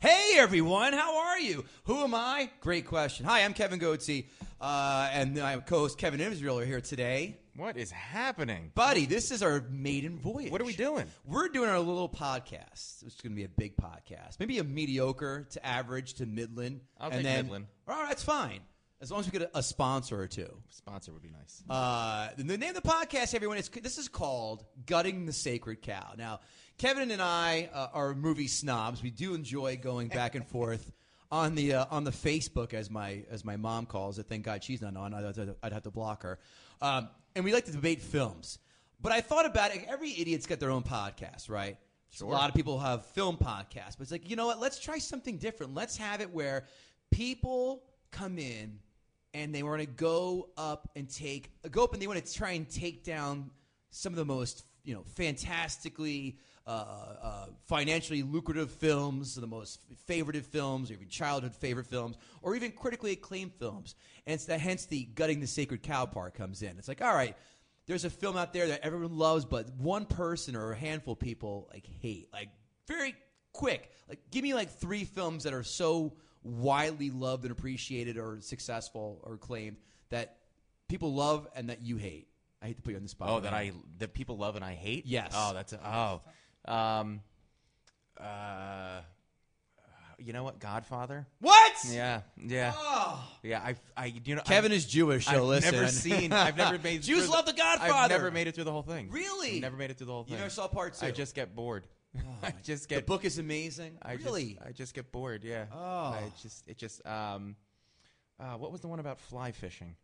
Hey everyone, how are you? Who am I? Great question. Hi, I'm Kevin Goatsy, uh, and my co-host Kevin Israel are here today. What is happening? Buddy, this is our maiden voyage. What are we doing? We're doing our little podcast. It's going to be a big podcast, maybe a mediocre to average to midland. I'll and take then, midland. All right, that's fine. As long as we get a, a sponsor or two. Sponsor would be nice. Uh, the name of the podcast, everyone, is this is called "Gutting the Sacred Cow." Now, Kevin and I uh, are movie snobs. We do enjoy going back and forth on the uh, on the Facebook, as my as my mom calls it. Thank God she's not on. I'd, have to- I'd have to block her. Um, and we like to debate films. But I thought about it. Every idiot's got their own podcast, right? A lot of people have film podcasts, but it's like you know what? Let's try something different. Let's have it where people come in and they want to go up and take go up and they want to try and take down some of the most you know fantastically uh, uh, financially lucrative films, the most favorited films, or even childhood favorite films, or even critically acclaimed films, and it's the, hence the gutting the sacred cow part comes in. It's like, all right, there's a film out there that everyone loves, but one person or a handful of people like hate. Like very quick, like give me like three films that are so widely loved and appreciated or successful or acclaimed that people love and that you hate. I hate to put you on the spot. oh, man. that I that people love and I hate. Yes. Oh, that's a, oh. Um. Uh. You know what? Godfather. what? Yeah. Yeah. Yeah. I. I. You know. Oh. Kevin I've, is Jewish, so I've listen. never seen. I've never made. Jews through love The Godfather. I've never made it through the whole thing. Really? I've never made it through the whole You thing. never saw part two? Oh I just get bored. I just get the book is amazing. I really? Just, I just get bored. Yeah. Oh. I just. It just. Um. Uh, what was the one about fly fishing?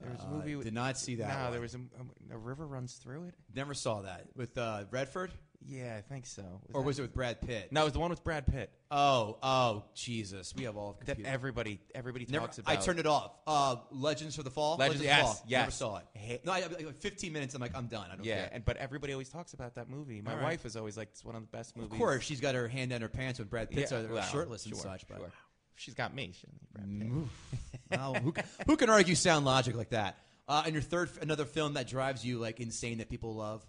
There was a movie. with- Uh, did not see that No, one. there was a, a, a river runs through it. Never saw that with uh, Redford, Yeah, I think so. Was or that- was it with Brad Pitt? No, it was the one with Brad Pitt Oh, oh, Jesus! We have all of that computers. everybody everybody Never, talks about. I turned it off. Uh, Legends for the Fall. Legends, of the yes, Fall. yes. Never saw it. Hey- No, I, I- like, 15 minutes. I'm like, I'm done. I don't Yeah, care. and but everybody always talks about that movie. My All right. wife is always like, "It's one of the best movies." of course, she's got her hand down her pants when Brad Pitt's Yeah, are well, shirtless and sure, such. But sure. she's got me. She doesn't need Brad Pitt. Wow, who, ca- who can argue sound logic like that? Uh, and your third, another film that drives you like insane that people love.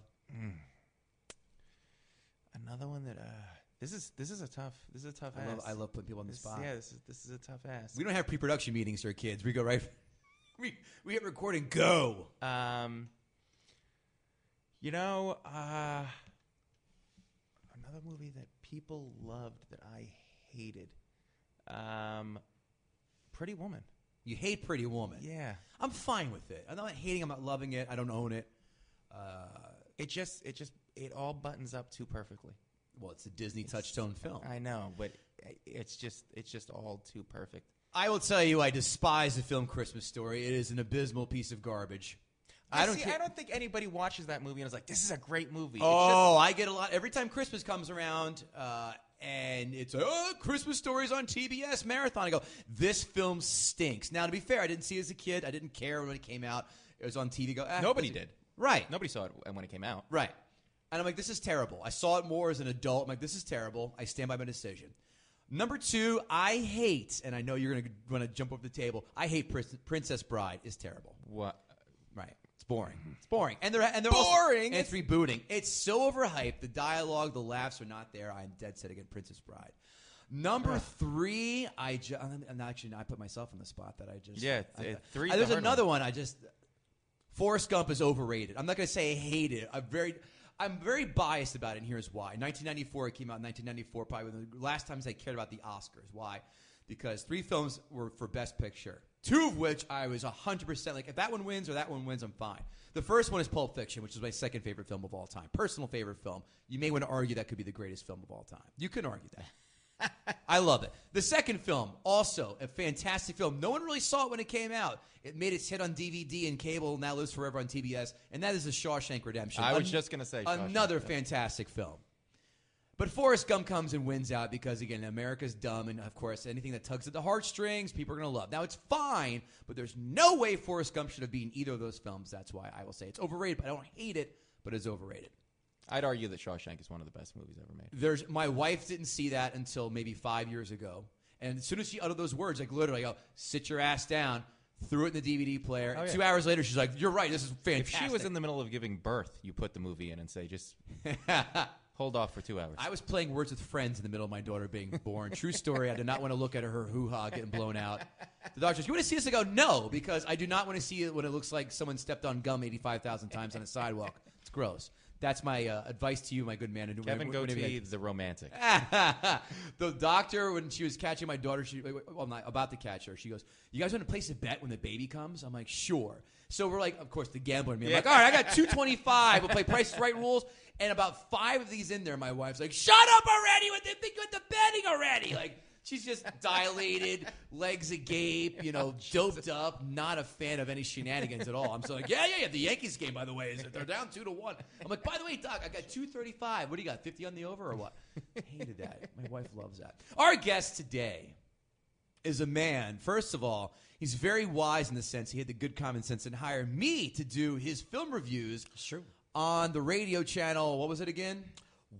Another one that uh, this is this is a tough this is a tough Mm. I ass. love, I love putting people on the this. spot. Yeah, this is this is a tough ass. We don't have pre-production meetings here, kids. We go right. We we hit record and go. Um, you know, uh, another movie that people loved that I hated. Um, Pretty Woman. You hate Pretty Woman. Yeah. I'm fine with it. I'm not hating. I'm not loving it. I don't own it. It just, it just, it all buttons up too perfectly. Well, it's a Disney touchstone film. I know, but i- it's just, it's just all too perfect. I will tell you, I despise the film Christmas Story. It is an abysmal piece of garbage. I don't. see, care. I don't think anybody watches that movie and is like, "This is a great movie." Oh, I get a lot every time Christmas comes around, uh, and it's oh Christmas stories on TBS marathon. I go, this film stinks. Now, to be fair, I didn't see it as a kid. I didn't care when it came out. It was on TV. Go, ah, Nobody this- did. Right, nobody saw it when it came out. right. And I'm like, this is terrible. I saw it more as an adult. I'm like, this is terrible. I stand by my decision. Number two, I hate, and I know you're gonna want to jump over the table. I hate Prin- Princess Bride. Is terrible. What? Right. It's boring. It's boring. And they're and they're Also, and Boring? it's rebooting. It's so overhyped. The dialogue, the laughs are not there. I'm dead set against Princess Bride. Number three, I ju- I'm I'm actually I put myself on the spot that I just Yeah, I- it- three's I- the There's hard another one. I just Forrest Gump is overrated. I'm not going to say I hate it. I'm very I'm very biased about it, and here's why. In 1994, it came out in 1994, probably one of the last times I cared about the Oscars. Why? Because three films were for Best Picture, two of which I was 100% like, if that one wins or that one wins, I'm fine. The first one is Pulp Fiction, which is my second favorite film of all time, personal favorite film. You may want to argue that could be the greatest film of all time. You can argue that. I love it. The second film, also a fantastic film. No one really saw it when it came out. It made its hit on DVD and cable, now lives forever on TBS, and that is The Shawshank Redemption. I was just gonna say Shawshank, another fantastic film. But Forrest Gump comes and wins out because, again, America's dumb, and of course, anything that tugs at the heartstrings, people are going to love. Now, it's fine, but there's no way Forrest Gump should have been either of those films. That's why I will say it's overrated, but I don't hate it, but it's overrated. I'd argue that Shawshank is one of the best movies ever made. There's my wife didn't see that until maybe five years ago, and as soon as she uttered those words, like literally, I go sit your ass down. Threw it in the DVD player. Oh, yeah. Two hours later, she's like, "You're right. This is If fantastic." she was in the middle of giving birth, you put the movie in and say, just hold off for two hours. I was playing Words with Friends in the middle of my daughter being born. True story. I did not want to look at her hoo ha getting blown out. The doctor says, You want to see this? I go, No, because I do not want to see it when it looks like someone stepped on gum 85,000 times on a sidewalk. It's gross. That's my uh, advice to you, my good man. And Kevin whenever- whenever- Goatee, the romantic. the doctor, when she was catching my daughter, she well, I'm not about to catch her. She goes, "You guys want to place a bet when the baby comes?" I'm like, "Sure." So we're like, of course, the gambler in me. I'm like, "All right, I got 225. We'll play Price is Right rules." And about five of these in there, my wife's like, "Shut up already with the with the betting already!" Like she's just dilated, legs agape, you know, doped up. Not a fan of any shenanigans at all. I'm still like, "Yeah, yeah, yeah." The Yankees game, by the way, is they're down two to one. I'm like, "By the way, Doc, I got 235. What do you got? 50 on the over or what?" Hated that. My wife loves that. Our guest today is a man. First of all, he's very wise in the sense he had the good common sense and hired me to do his film reviews. Sure. On the radio channel, what was it again?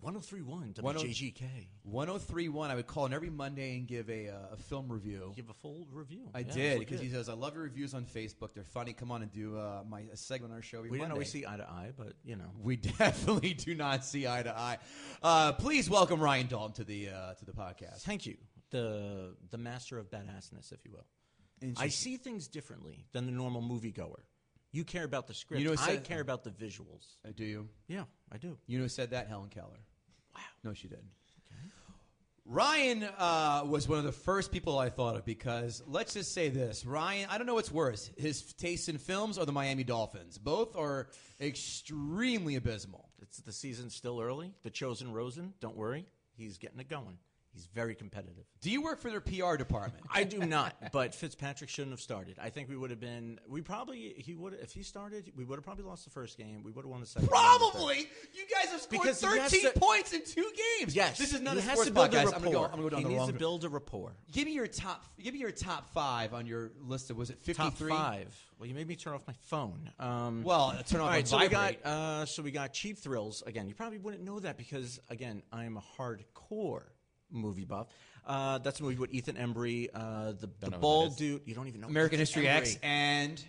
1031 One oh- WJGK. 1031. I would call in every Monday and give a, uh, a film review. Give a full review. I Yeah, did we because he says, I love your reviews on Facebook. They're funny. Come on and do uh, my a segment on our show. Every We didn't Monday. always see eye to eye, but you know. We definitely do not see eye to eye. Uh, please welcome Ryan Dalton to the uh, to the podcast. Thank you, the the master of badassness, if you will. I see things differently than the normal moviegoer. You care about the script. You know, it I says- care about the visuals. Uh, Do you? Yeah, I do. You know who said that? Helen Keller. Wow. No, she did. Ryan uh, was one of the first people I thought of because let's just say this: Ryan, I don't know what's worse, his taste in films or the Miami Dolphins. Both are extremely abysmal. It's the season's still early. The chosen Rosen. Don't worry, he's getting it going. He's very competitive. Do you work for their PR department? I do not, but Fitzpatrick shouldn't have started. I think we would have been. We probably he would if he started. We would have probably lost the first game. We would have won the second. game, the third. Probably. You guys have scored Because he has 13 to- points in two games. Yes, This is not he a has sports to build a podcast. rapport. I'm gonna go. I'm gonna go down he the needs wrong. to build a rapport. give me your top. Give me your top five on your list. Of, was it 53? Top five. Well, you made me turn off my phone. Um, Well, uh, turn off all and right, so we vibrate. got uh, so we got cheap thrills again. You probably wouldn't know that because again, I am a hardcore movie buff. Uh, that's a movie with Ethan Embry, uh, the, the that is. bald dude. You don't even know American Ethan History X Embry. and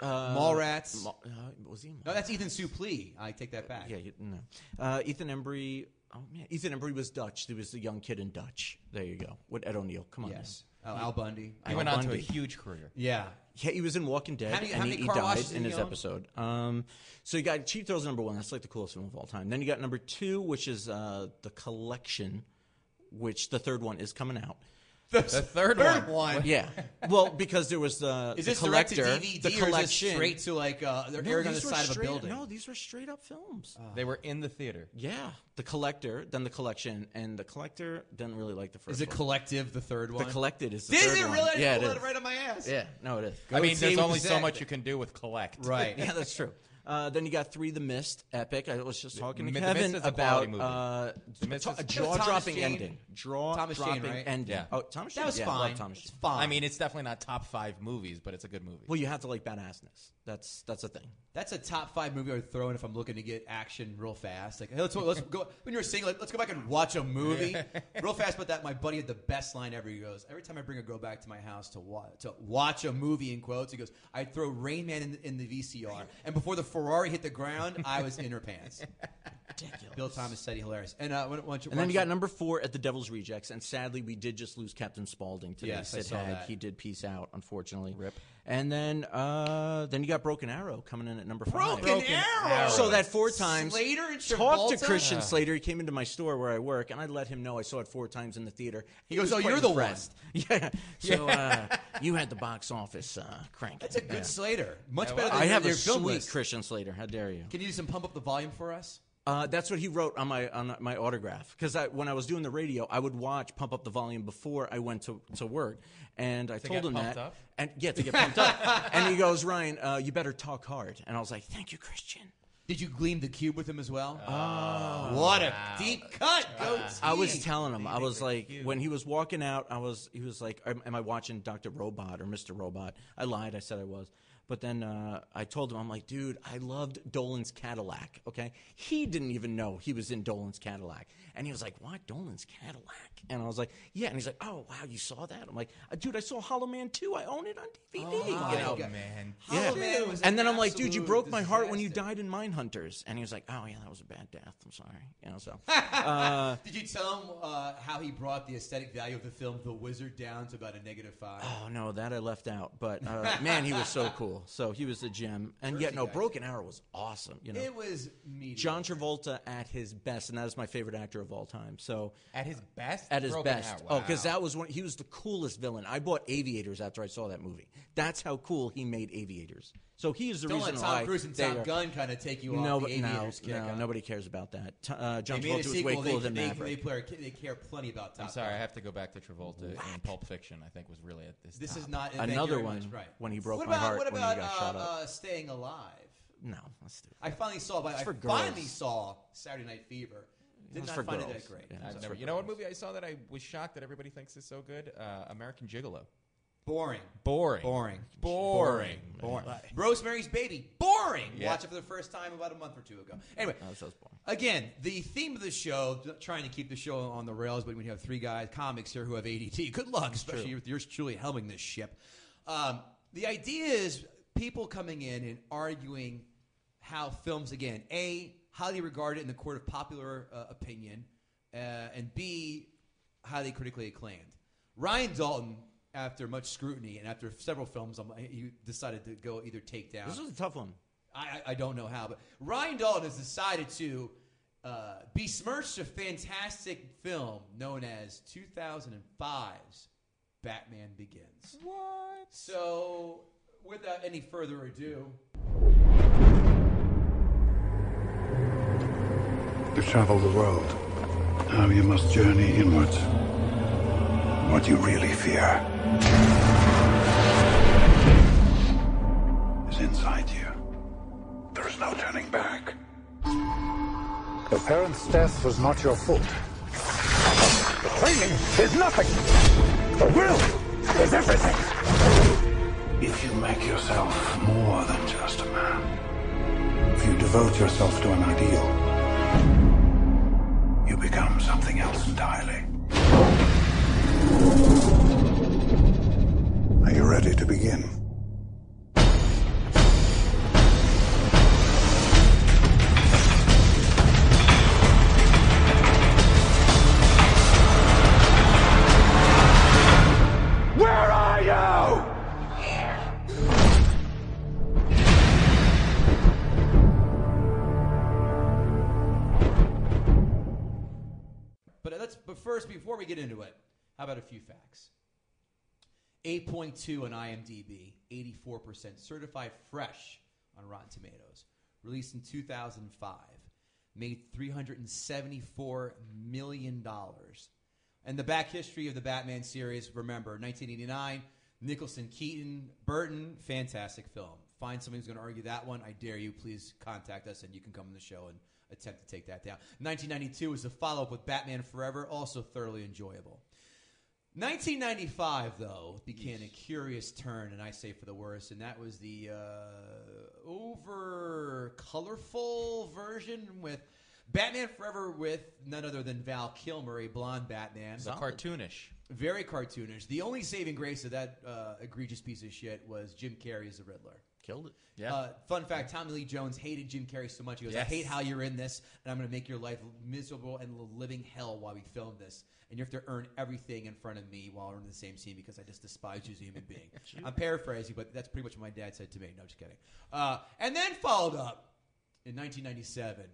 Uh, Mallrats. Ma- uh, was he? in no, that's Ethan Suplee. I take that back. Yeah, you, no. Uh, Ethan Embry. Oh man, Ethan Embry was Dutch. He was the young kid in Dutch. There you go. With Ed O'Neill. Come on. Yes. Oh, Al Bundy. He went on to a Bundy. huge career. yeah. Yeah, he was in Walking Dead, How many- and how he, many he car died washes did in he his own? episode. Um, so you got Cheap Thrills number one. That's like the coolest film of all time. Then you got number two, which is uh, the collection, which the third one is coming out. The third, Third one. one. Yeah, well, because there was the Is the this direct to collector, DVD the or is this collection. straight to like uh, they're No, airing on the these were side of a straight- building? Oh. No, these were straight up films. They were in the theater. yeah, the collector, then the collection, and the collector didn't really like the first. Is it one. collective? The third one. the collected is the Did third it one. really? I Yeah, just it pulled is. it right on my ass. Yeah, no, it is. I mean, there's team only so Zach. much you can do with collect. Right. yeah, that's true. Uh, then you got three, The Mist, epic. I was just talking to Mi- The Kevin Mist is a about quality movie. uh, Mist ta- is- a That was Thomas jaw-dropping Jane. ending. Draw Thomas Jane, dropping right? ending. Yeah. Oh, Thomas Jane. That was yeah, I love fine. Thomas It's Jane. fine. I mean, it's definitely not top five movies, but it's a good movie. Well, you have to like badassness. That's that's a thing. That's a top five movie I would throw in if I'm looking to get action real fast. Like, hey, let's, let's go. When you're single, let's go back and watch a movie real fast. But that my buddy had the best line ever. He goes, every time I bring a girl back to my house to watch to watch a movie in quotes, he goes, I throw Rain Man in, in the VCR, and before the Ferrari hit the ground, I was in her pants. Ridiculous. Bill Thomas said he hilarious. And uh, why don't- why don't And then you why got don't number four at the Devil's Rejects, and sadly we did just lose Captain Spaulding today. Yes, I Sid saw Haig, that. he did peace out, unfortunately. Rip. And then uh, then you got Broken Arrow coming in at number five. Broken, Arrow. So that four times Slater and talked Travolta? to Christian Slater. He came into my store where I work, and I let him know I saw it four times in the theater. He, goes, was "Oh, quite you're the one." impressed. Yeah. So uh, you had the box office uh, crank. That's a good Slater. Much better. Than I have your a film sweet list. Christian Slater. How dare you? Can you do some pump up the volume for us? Uh, that's what he wrote on my on my autograph. Because I, when I was doing the radio, I would watch Pump Up the Volume before I went to, to work, and I told get him pumped that. up? And yeah, to get pumped up. And he goes, Ryan, uh, you better talk hard. And I was like, Thank you, Christian. Did you gleam the cube with him as well? Oh, what a deep cut! Go Uh, I was team. telling him, I was like, when he was walking out, I was, he was like, am, am I watching Dr. Robot or Mr. Robot? I lied. I said I was. But then uh, I told him, I'm like, dude, I loved Dolan's Cadillac. Okay. He didn't even know he was in Dolan's Cadillac. And he was like, what? Dolan's Cadillac? And I was like, yeah. And he's like, oh, wow, you saw that? I'm like, "Uh, dude, I saw Hollow Man 2. I own it on DVD. you know? Oh God. man. "Oh, Yeah. Hollow Man was an and then I'm like, dude, you absolute broke my heart when you disaster. died in Mindhunters. And he was like, oh, yeah, that was a bad death. I'm sorry. You know, so. Did you tell him uh, how he brought the aesthetic value of the film The Wizard down to about a negative five? Oh no, that I left out. But uh, man, he was so cool. So he was a gem. And yet, no, Broken Arrow was awesome. You know, It was me. John Travolta at his best, and that is my favorite actor of all time. So At his best? at his Broken best, Arrow, oh, because wow. that was one. He was the coolest villain. I bought Aviators after I saw that movie. That's how cool he made Aviators. So he is the Don't let reason Tom why Cruise and they Tom are- Gunn kind of take you off No, the but no, aviators kick, no, huh? nobody cares about that. T- Uh, John They made a Travolta was way sequel. cooler They, than they, Maverick. they, play- they care plenty about Top I'm sorry, I Gun. have to go back to Travolta and Pulp Fiction, I think, was really at this This top. is not thank you Another very one much, right. when he broke what my about, heart What when about he got uh, shot up. Uh, staying alive. no, let's do it. I finally saw. I for finally girls. saw Saturday Night Fever. Did was not for find it girls. that great. Yeah. I've That's never, for you know what girls. movie I saw that I was shocked that everybody thinks is so good? Uh, American Gigolo. Boring. Boring. Boring. Boring. Boring. Rosemary's Baby. Boring. Yeah. Watch it for the first time about a month or two ago. Anyway, Oh, That sounds boring. Again, the theme of the show, trying to keep the show on the rails, but when you have three guys, comics here who have ADT, good luck, especially if you're truly helming this ship. Um, the idea is people coming in and arguing how films, again, A, highly regarded in the court of popular uh, opinion, uh, and B, highly critically acclaimed. Ryan Dalton, after much scrutiny and after several films, um, he decided to go either take down. This was a tough one. I, I I don't know how, but Ryan Dalton has decided to uh, besmirch a fantastic film known as 2005's Batman Begins. What? So, without any further ado, You've traveled the world. Now you must journey inwards. What you really fear is inside you. There is no turning back. Your parents' death was not your Oh, fault. The training is nothing. The will is everything. If you make yourself more than just a man, if you devote yourself to an ideal, you become something else entirely. Are you ready to begin? Where are you? but let's but first before we get into it, how about a few facts? 8.2 on IMDb, 84% certified fresh on Rotten Tomatoes. Released in 2005, made 374 million dollars. And the back history of the Batman series, remember, 1989, Nicholson, Keaton, Burton, fantastic film. Find somebody who's going to argue that one. I dare you. Please contact us and you can come on the show and attempt to take that down. 1992 was the follow up with Batman Forever, also thoroughly enjoyable. 1995, though, began a curious turn, and I say for the worse, and that was the uh, over colorful version with Batman Forever with none other than Val Kilmer, a blonde Batman. So cartoonish. Very cartoonish. The only saving grace of that uh, egregious piece of shit was Jim Carrey as the Riddler. Killed it. Yeah. Uh, fun fact: Tommy Lee Jones hated Jim Carrey so much he goes, "I Yes. hate how you're in this, and I'm going to make your life miserable and a living hell while we film this, and you have to earn everything in front of me while we're in the same scene because I just despise you as a human being." I'm paraphrasing, but that's pretty much what my dad said to me. No, just kidding. Uh, and then followed up in 1997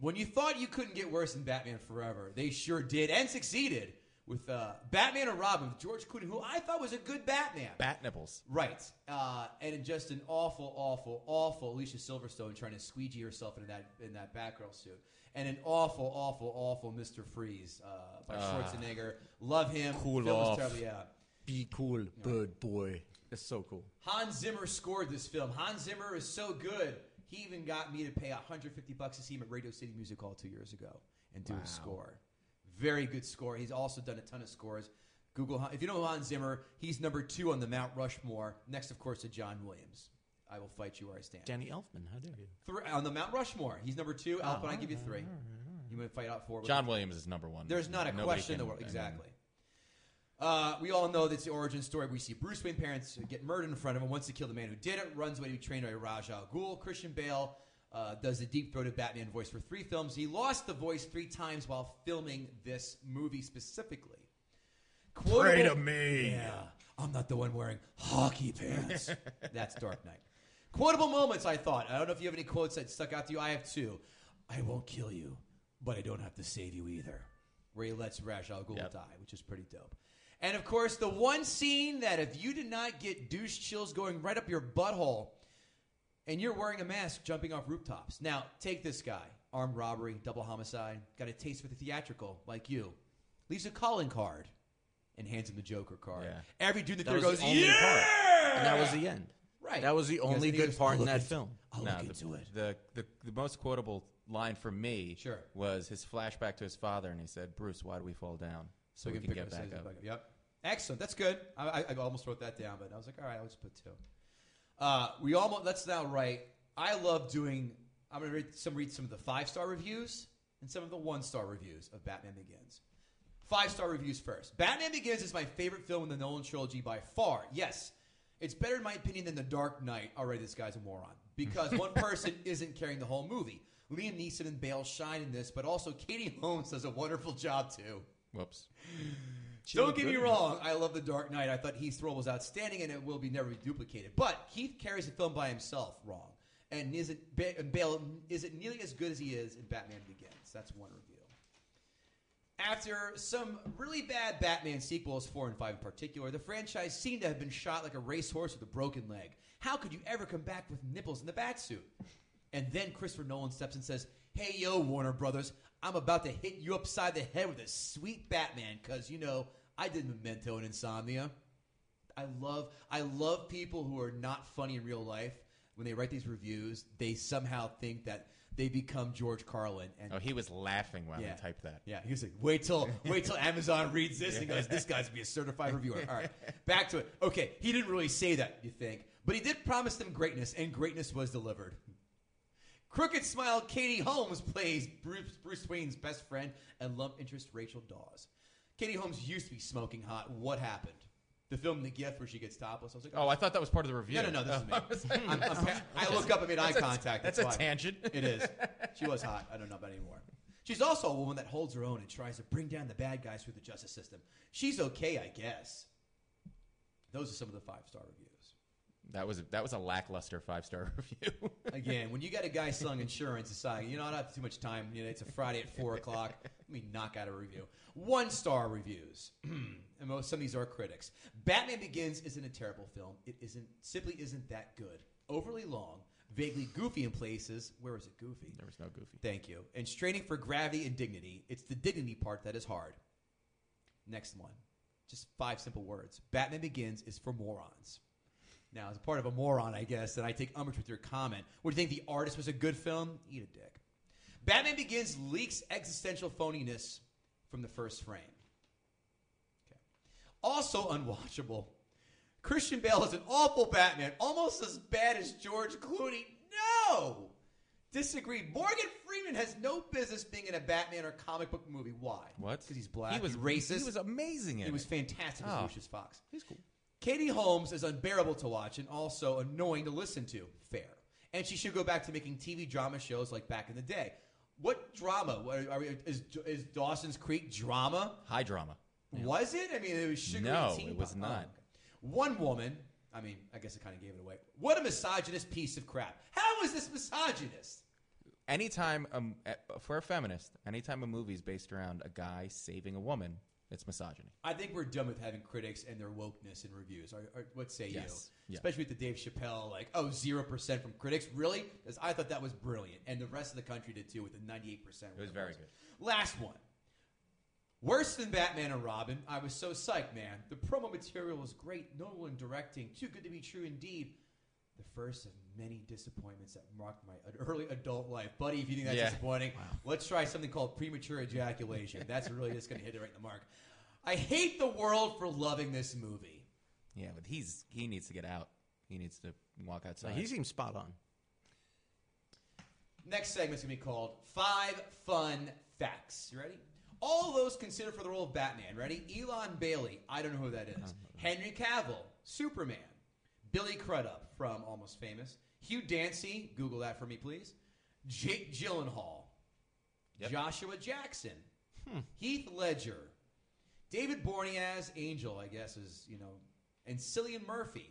when you thought you couldn't get worse than Batman Forever. They sure did and succeeded with uh, Batman and Robin with George Clooney, who I thought was a good Batman. Bat nipples. Right. Uh, and just an awful, awful, awful Alicia Silverstone trying to squeegee herself into that in that Batgirl suit. And an awful, awful, awful Mr. Freeze uh, by Schwarzenegger. Love him. Ah. Cool Film is off. terrible, yeah. Be cool, bird boy. It's so cool. Hans Zimmer scored this film. Hans Zimmer is so good. He even got me to pay 150 bucks to see him at Radio City Music Hall two years ago and do a score. Very good score. He's also done a ton of scores. Google Han- if you know Hans Zimmer, he's number two on the Mount Rushmore. Next, of course, to John Williams. I will fight you where I stand. Danny Elfman, how dare you? Three, on the Mount Rushmore, he's number two. Alpine, I give you three. You want to fight out four? with John Williams is number one. there's not a Nobody question in can- the world. I mean, Exactly. Uh, we all know that's the origin story. We see Bruce Wayne parents get murdered in front of him. Wants to kill the man who did it. Runs away to be trained by Raj Al Ghul. Christian Bale uh, does the deep throated Batman voice for three films. He lost the voice three times while filming this movie specifically. Quotable, Pray to me. Yeah, I'm not the one wearing hockey pants. That's Dark Knight. Quotable moments. I thought. I don't know if you have any quotes that stuck out to you. I have two. I won't kill you, but I don't have to save you either. Where he lets Ra's al Ghul die, which is pretty dope. And of course, the one scene that if you did not get douche chills going right up your butthole, and you're wearing a mask jumping off rooftops. Now, take this guy. Armed robbery, double homicide, got a taste for the theatrical, like you. Leaves a calling card and hands him the Joker card. Yeah. Every dude that, That there goes, was the only yeah! part. And that was the end. Right. That was the Because only then he good goes, part "I'll in look that into- film. I'll No, Oh, look the, into it. The, the the most quotable line for me Sure. was his flashback to his father, and he said, "Bruce, why do we fall down? So we can, pick get back ourselves up." Yep. Excellent. That's good. I, I, I almost wrote that down, but I was like, all right, I'll just put two. Uh, we almost. That's now right. I love doing. I'm gonna read some read some of the five star reviews and some of the one star reviews of Batman Begins. Five star reviews first. Batman Begins is my favorite film in the Nolan trilogy by far. Yes, it's better in my opinion than The Dark Knight. Already, this guy's a moron because one person isn't carrying the whole movie. Liam Neeson and Bale shine in this, but also Katie Holmes does a wonderful job too. Whoops. Don't get me wrong. I love The Dark Knight. I thought Heath Roll was outstanding, and it will be never be duplicated. But Heath carries the film by himself wrong, and isn't Ba- and Bale isn't nearly as good as he is in Batman Begins. That's one review. After some really bad Batman sequels, four and five in particular, the franchise seemed to have been shot like a racehorse with a broken leg. How could you ever come back with nipples in the batsuit? And then Christopher Nolan steps in and says, Hey, yo, Warner Brothers, I'm about to hit you upside the head with a sweet Batman, because, you know, I did Memento and Insomnia. I love I love people who are not funny in real life. When they write these reviews, they somehow think that they become George Carlin and Oh, he was laughing while Yeah. he typed that. yeah, he was like, wait till wait till Amazon reads this and goes, this guy's gonna be a certified reviewer. All right, back to it. Okay, he didn't really say that, you think, but he did promise them greatness, and greatness was delivered. Crooked Smile Katie Holmes plays Bruce, Bruce Wayne's best friend and love interest Rachel Dawes. Katie Holmes used to be smoking hot. What happened? The film The Gift, where she gets topless. I was like, Oh, I thought that was part of the review. no, no, no, this Oh, is me. I'm, I'm, pa- I look up and made eye contact. that's That's, a why. tangent. It is. She was hot. I don't know about anymore. She's also a woman that holds her own and tries to bring down the bad guys through the justice system. She's okay, I guess. Those are some of the five star reviews. That was that was a lackluster five star review. Again, when you got a guy selling insurance, it's like, you know, I don't have too much time. You know, it's a Friday at 4 o'clock. Let me knock out a review. One star reviews. and most, some of these are critics. Batman Begins isn't a terrible film. It isn't simply isn't that good. Overly long, vaguely goofy in places. Where is it goofy? there was no goofy. Thank you. And straining for gravity and dignity. It's the dignity part that is hard. Next one. Just five simple words. Batman Begins is for morons. Now, as a part of a moron, I guess, that I take umbrage with your comment. Would you think The Artist was a good film? Eat a dick. Batman Begins leaks existential phoniness from the first frame. Okay. Also unwatchable. Christian Bale is an awful Batman, almost as bad as George Clooney. No! Disagree. Morgan Freeman has no business being in a Batman or comic book movie. Why? What? Because he's black. He was racist. He was amazing in It was it. fantastic as Oh. Lucius Fox. He's cool. Katie Holmes is unbearable to watch and also annoying to listen to. Fair. And she should go back to making TV drama shows like back in the day. What drama? What- Are we, is, is Dawson's Creek drama? High drama. Was it? I mean, it was sugar. No, and tea it was pop- Oh, not. okay. One woman. I mean, I guess it kind of gave it away. What a misogynist piece of crap! How is this misogynist? Anytime um, eh, for a feminist, anytime a movie is based around a guy saving a woman, it's misogyny. I think we're done with having critics and their wokeness in reviews. Or, or what say Yes. you? Yeah. Especially with the Dave Chappelle, like, oh, 0% from critics? Really? Because I thought that was brilliant. And the rest of the country did too with the 98%. It was very good. Last one. Worse than Batman and Robin, I was so psyched, man. The promo material was great. Nolan directing, too good to be true indeed. the first of many disappointments that marked my ad- early adult life. Buddy, if you think that's Yeah. disappointing, let's try something called premature ejaculation. that's really just going to hit it right in the mark. I hate the world for loving this movie. Yeah, but he's he needs to get out. He needs to walk outside. he seems spot on. Next segment's gonna be called Five Fun Facts. You ready? All those considered for the role of Batman. Ready? Elon Bailey. I don't know who that is. Henry Cavill, Superman. Billy Crudup from Almost Famous. Hugh Dancy. Google that for me, please. Jake Gyllenhaal. Joshua Jackson. Heath Ledger. David Borne as Angel, I guess, is, you know, and Cillian Murphy.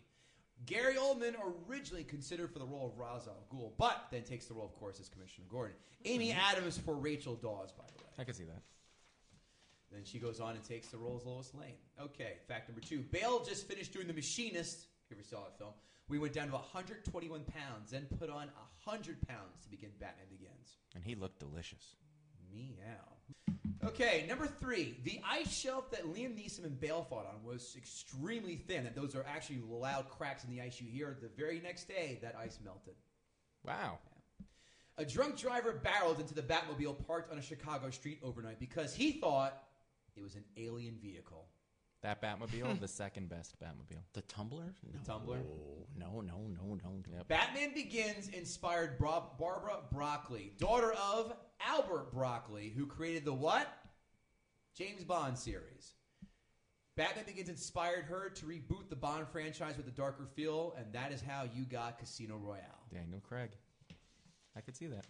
Gary Oldman originally considered for the role of Ra's al Ghul, but then takes the role, of course, as Commissioner Gordon. Amy Adams for Rachel Dawes, by the way. I can see that. Then she goes on and takes the role as Lois Lane. Okay, fact number two. Bale just finished doing The Machinist. If you ever saw that film, we went down to 121 pounds, then put on 100 pounds to begin Batman Begins. And he looked delicious. Meow. Okay, number three. The ice shelf that Liam Neeson and Bale fought on was extremely thin, and those are actually loud cracks in the ice you hear. The very next day, that ice melted. Wow. A drunk driver barreled into the Batmobile parked on a Chicago street overnight because he thought it was an alien vehicle. That Batmobile, the second best Batmobile. The Tumblr? No. Tumblr? No, no, no, no. no. Batman Begins inspired Bra- Barbara Broccoli, daughter of Albert Broccoli, who created the what? James Bond series. Batman Begins inspired her to reboot the Bond franchise with a darker feel, and that is how you got Casino Royale. Daniel Craig. I could see that.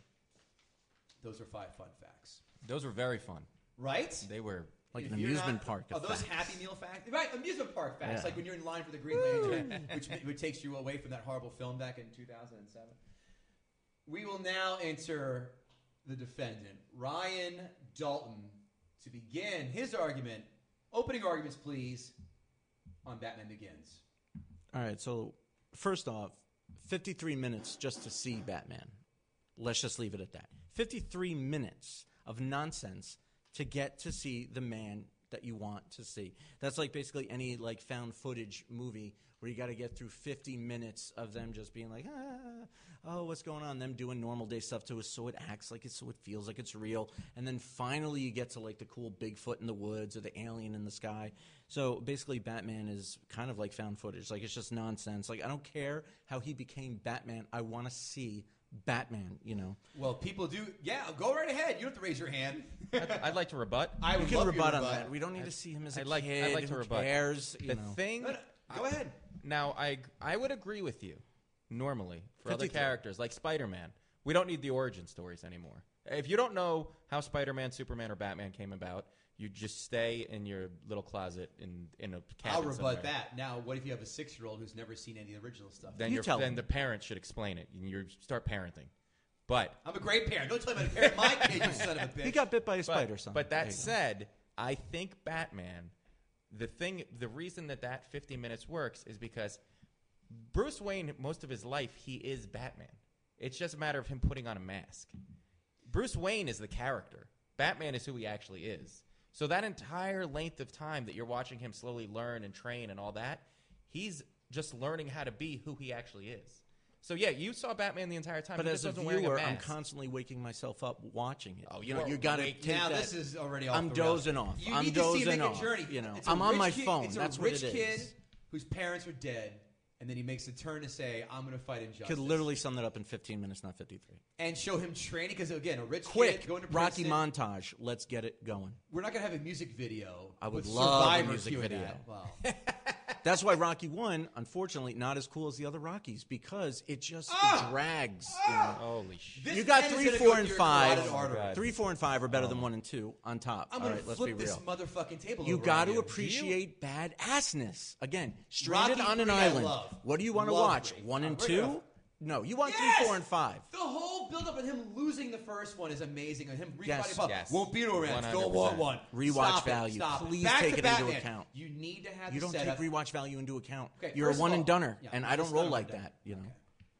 Those are five fun facts. Those were very fun. Right? They were. Like If an you're amusement not- park. Oh, of those facts. Happy Meal facts. Right, amusement park facts. Yeah. Like when you're in line for the Green Lantern, which, which takes you away from that horrible film back in 2007. We will now enter the defendant, Ryan Dalton, to begin his argument. Opening arguments, please, on Batman Begins. All right, so first off, 53 minutes just to see Batman. Let's just leave it at that. 53 minutes of nonsense to get to see the man that you want to see. That's like basically any like found footage movie where you got to get through 50 minutes of them just being like, ah, oh, what's going on? Them doing normal day stuff to us so it acts like it's so it feels like it's real. And then finally you get to like the cool Bigfoot in the woods or the alien in the sky. So basically, Batman is kind of like found footage. Like it's just nonsense. Like I don't care how he became Batman. I want to see Batman. You know, Well, people do. Yeah, go right ahead. You don't have to raise your hand. I'd like to rebut. I we would can love you to rebut on rebut. that. We don't need to see him as a I'd like. kid. I'd like to Who rebut. Cares, you the know. thing. No, no, Go ahead. Now, I I would agree with you. Normally, for other 53. characters like Spider-Man, we don't need the origin stories anymore. If you don't know how Spider-Man, Superman, or Batman came about, you just stay in your little closet in in a cabin. I'll rebut somewhere. that. Now, what if you have a six year old who's never seen any of the original stuff? Then You you tell then them. the parents should explain it. You start parenting. But I'm a great parent. Don't tell me I'm a parent. My kid, you son of a bitch. He got bit by a but, spider. Son. But There that you go. said, I think Batman, the thing, the reason that that 50 minutes works is because Bruce Wayne, most of his life, he is Batman. It's just a matter of him putting on a mask. Bruce Wayne is the character. Batman is who he actually is. So that entire length of time that you're watching him slowly learn and train and all that, he's just learning how to be who he actually is. So yeah, you saw Batman the entire time. but he as just a wasn't wearing viewer, a I'm mask. constantly waking myself up watching it. Oh, you know, well, you got to wait, take now that. this is already off I'm the rails. dozing off. You I'm need dozing to see him make off. a journey. You know, It's a I'm on rich my kid- phone. It's That's a what rich it is. kid whose parents were dead, and then he makes a turn to say, "I'm going to fight injustice." Could literally sum that up in 15 minutes, not 53. and show him training because again, a rich Quick, kid going to Rocky prison. montage. Let's get it going. We're not going to have a music video. I with would love a Survivor music doing video. That. Wow. That's why Rocky One, unfortunately, not as cool as the other Rockies because it just Ah! drags. you know. Holy shit! This You got man is three, gonna go four, through and your five. carotid artery. Three, four, and five are better than one and two on top. I'm All going right, to let's be flip this real. motherfucking table. You over got on to you. appreciate bad assness. Again, stranded Rocky on an III I island. love. What do you want to Love watch? III. One and I'm ready to- two? No, you want Yes! three, four, and five. The whole buildup of him losing the first one is amazing. And him Yes, refighting, yes. won't be no rounds. Don't 100%. want one. Rewatch Stop it, value. stop it. Please Back take to it into Batman. account. You need to have You the don't take setup. rewatch value into account. Okay, You're a first of one all- and dunner, Yeah, and I don't it's roll not a like one-dunner. that. You know.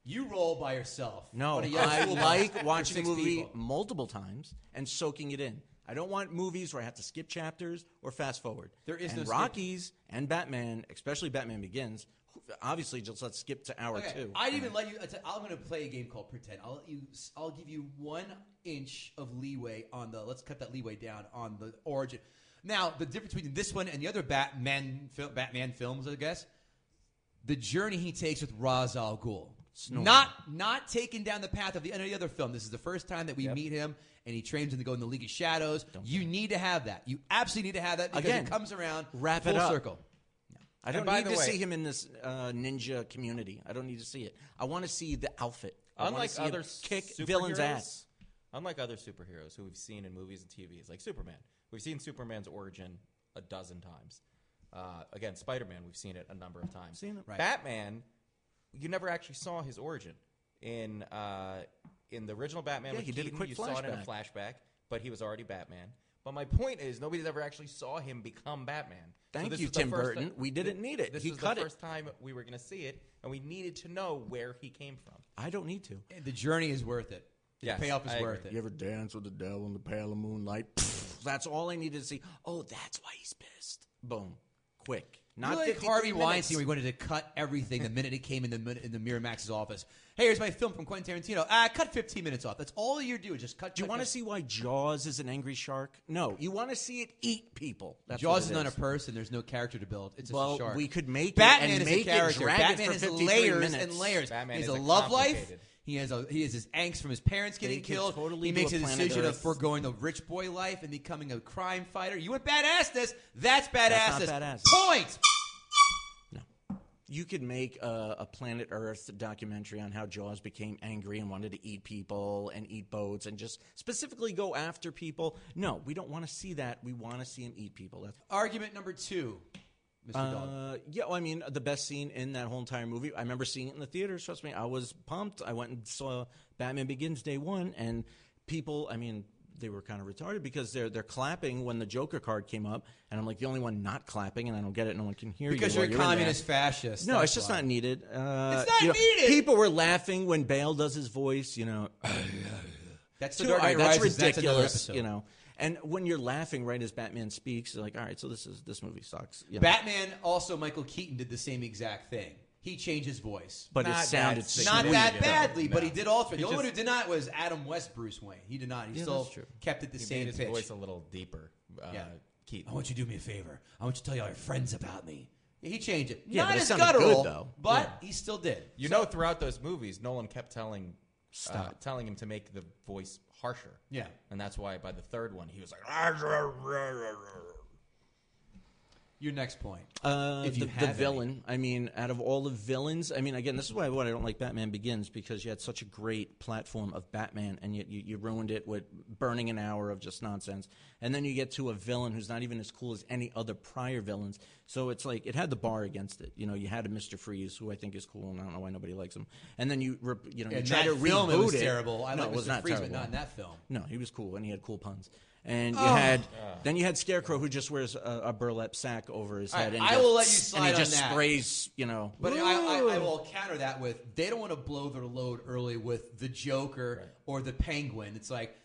You roll by yourself. No, On a yacht I school bus like with watching six the movie people. multiple times and soaking it in. I don't want movies where I have to skip chapters or fast forward. There is and no skip. Rockies and Batman, especially Batman Begins. who- obviously just let's skip to hour Okay, two. I'd even let you. I'm going to play a game called Pretend. I'll let you. I'll give you one inch of leeway on the. Let's cut that leeway down on the origin. Now, the difference between this one and the other Batman fil- Batman films, I guess, the journey he takes with Ra's al Ghul. Not not taking down the path of the end of the other film. This is the first time that we meet him, and he trains him to go in the League of Shadows. you need to have that. You absolutely need to have that because Again, it comes around wrap it full up. circle. I don't by need the to way- see him in this uh, ninja community. I don't need to see it. I want to see the outfit. I wanna Unlike see him other kick superheroes- villains' ass. Unlike other superheroes who we've seen in movies and TVs, like Superman, we've seen Superman's origin a dozen times. Uh, again, Spider-Man, we've seen it a number of times. Seen it. Batman, you never actually saw his origin in uh, in the original Batman. Yeah, with he did a Keaton, quick You saw it in a flashback, but he was already Batman. But my point is, nobody's ever actually saw him become Batman. Thank this you, was the Tim first Burton. We didn't need it. This He was cut it. the first time we were going to see it, and we needed to know where he came from. I don't need to. The journey is worth it. The Yes, payoff is I worth agree. it. You ever dance with the devil in the pale of moonlight? Pfft, that's all I needed to see. Oh, that's why he's pissed. Boom. Quick. Not Not like 53 Harvey minutes. Weinstein. We wanted to cut everything the minute it came in the min- in the Miramax's office. Hey, here's my film from Quentin Tarantino. Ah, cut 15 minutes off. That's all you're doing. Just cut. Do you cut, want to cut. see why Jaws is an angry shark? No. You want to see it eat people. That's what Jaws it is not a is. person. There's no character to build. It's just a Well, shark. we could make Batman it and is make a character. it drag Batman it for is 53 layers minutes. and layers. Batman he has is a a love life. complicated- He has a he has his angst from his parents getting could killed. totally he do makes a a Planet decision of Earth. foregoing the rich boy life and becoming a crime fighter. You want badassness? That's badassness. not badass. Point. You could make a, a Planet Earth documentary on how Jaws became angry and wanted to eat people and eat boats and just specifically go after people. No, we don't want to see that. We want to see him eat people. That's Argument number two, Mr. Dog. Uh, yeah, well, I mean, the best scene in that whole entire movie. I remember seeing it in the theaters. Trust me, I was pumped. I went and saw Batman Begins day one, and people. I mean, they were kind of retarded because they're they're clapping when the Joker card came up, and I'm like the only one not clapping, and I don't get it. No one can hear Because you you're a while in there. communist fascist. No, it's that's just why. not needed. Uh, It's not you know, needed! People were laughing when Bale does his voice. You know, That's Too- the Dark all right, Knight that's Rises. That's another ridiculous. episode. you know, and when you're laughing right as Batman speaks, you're like, all right, so this is this movie sucks. you know. Batman also Michael Keaton did the same exact thing. He changed his voice. but it Not sounded that sweet. not Sure. that Yeah. badly, but he No. did alter. it. The He only one who just- did not was Adam West Bruce Wayne. He did not. He Yeah, still that's true. kept it the He same made his pitch. voice a little deeper. Uh, Yeah. Oh, I Keaton. want you to do me a favor. I want you to tell your friends about me. He changed it. Yeah, not but it as sounded guttural, good, though. but he still did. You know, throughout those movies, Nolan kept telling uh, telling him to make the voice harsher. Yeah. and that's why by the third one he was like, Your next point. Uh, If you the, had the any. villain. I mean, out of all the villains, I mean, again, this is why what I don't like Batman Begins because you had such a great platform of Batman, and yet you, you ruined it with burning an hour of just nonsense, and then you get to a villain who's not even as cool as any other prior villains. So it's like it had the bar against it. You know, you had a Mister Freeze who I think is cool, and I don't know why nobody likes him. And then you, rep- you know, you in try that to film, reboot it was terrible. I no, like it was Mr. not Freeze, terrible. but not in that film. No, he was cool, and he had cool puns. And Oh. you had then you had Scarecrow who just wears a, a burlap sack over his All right, head. And I just- will let you And slide he on just that. sprays, you know. But I, I, I will counter that with they don't want to blow their load early with the Joker or the Penguin. It's like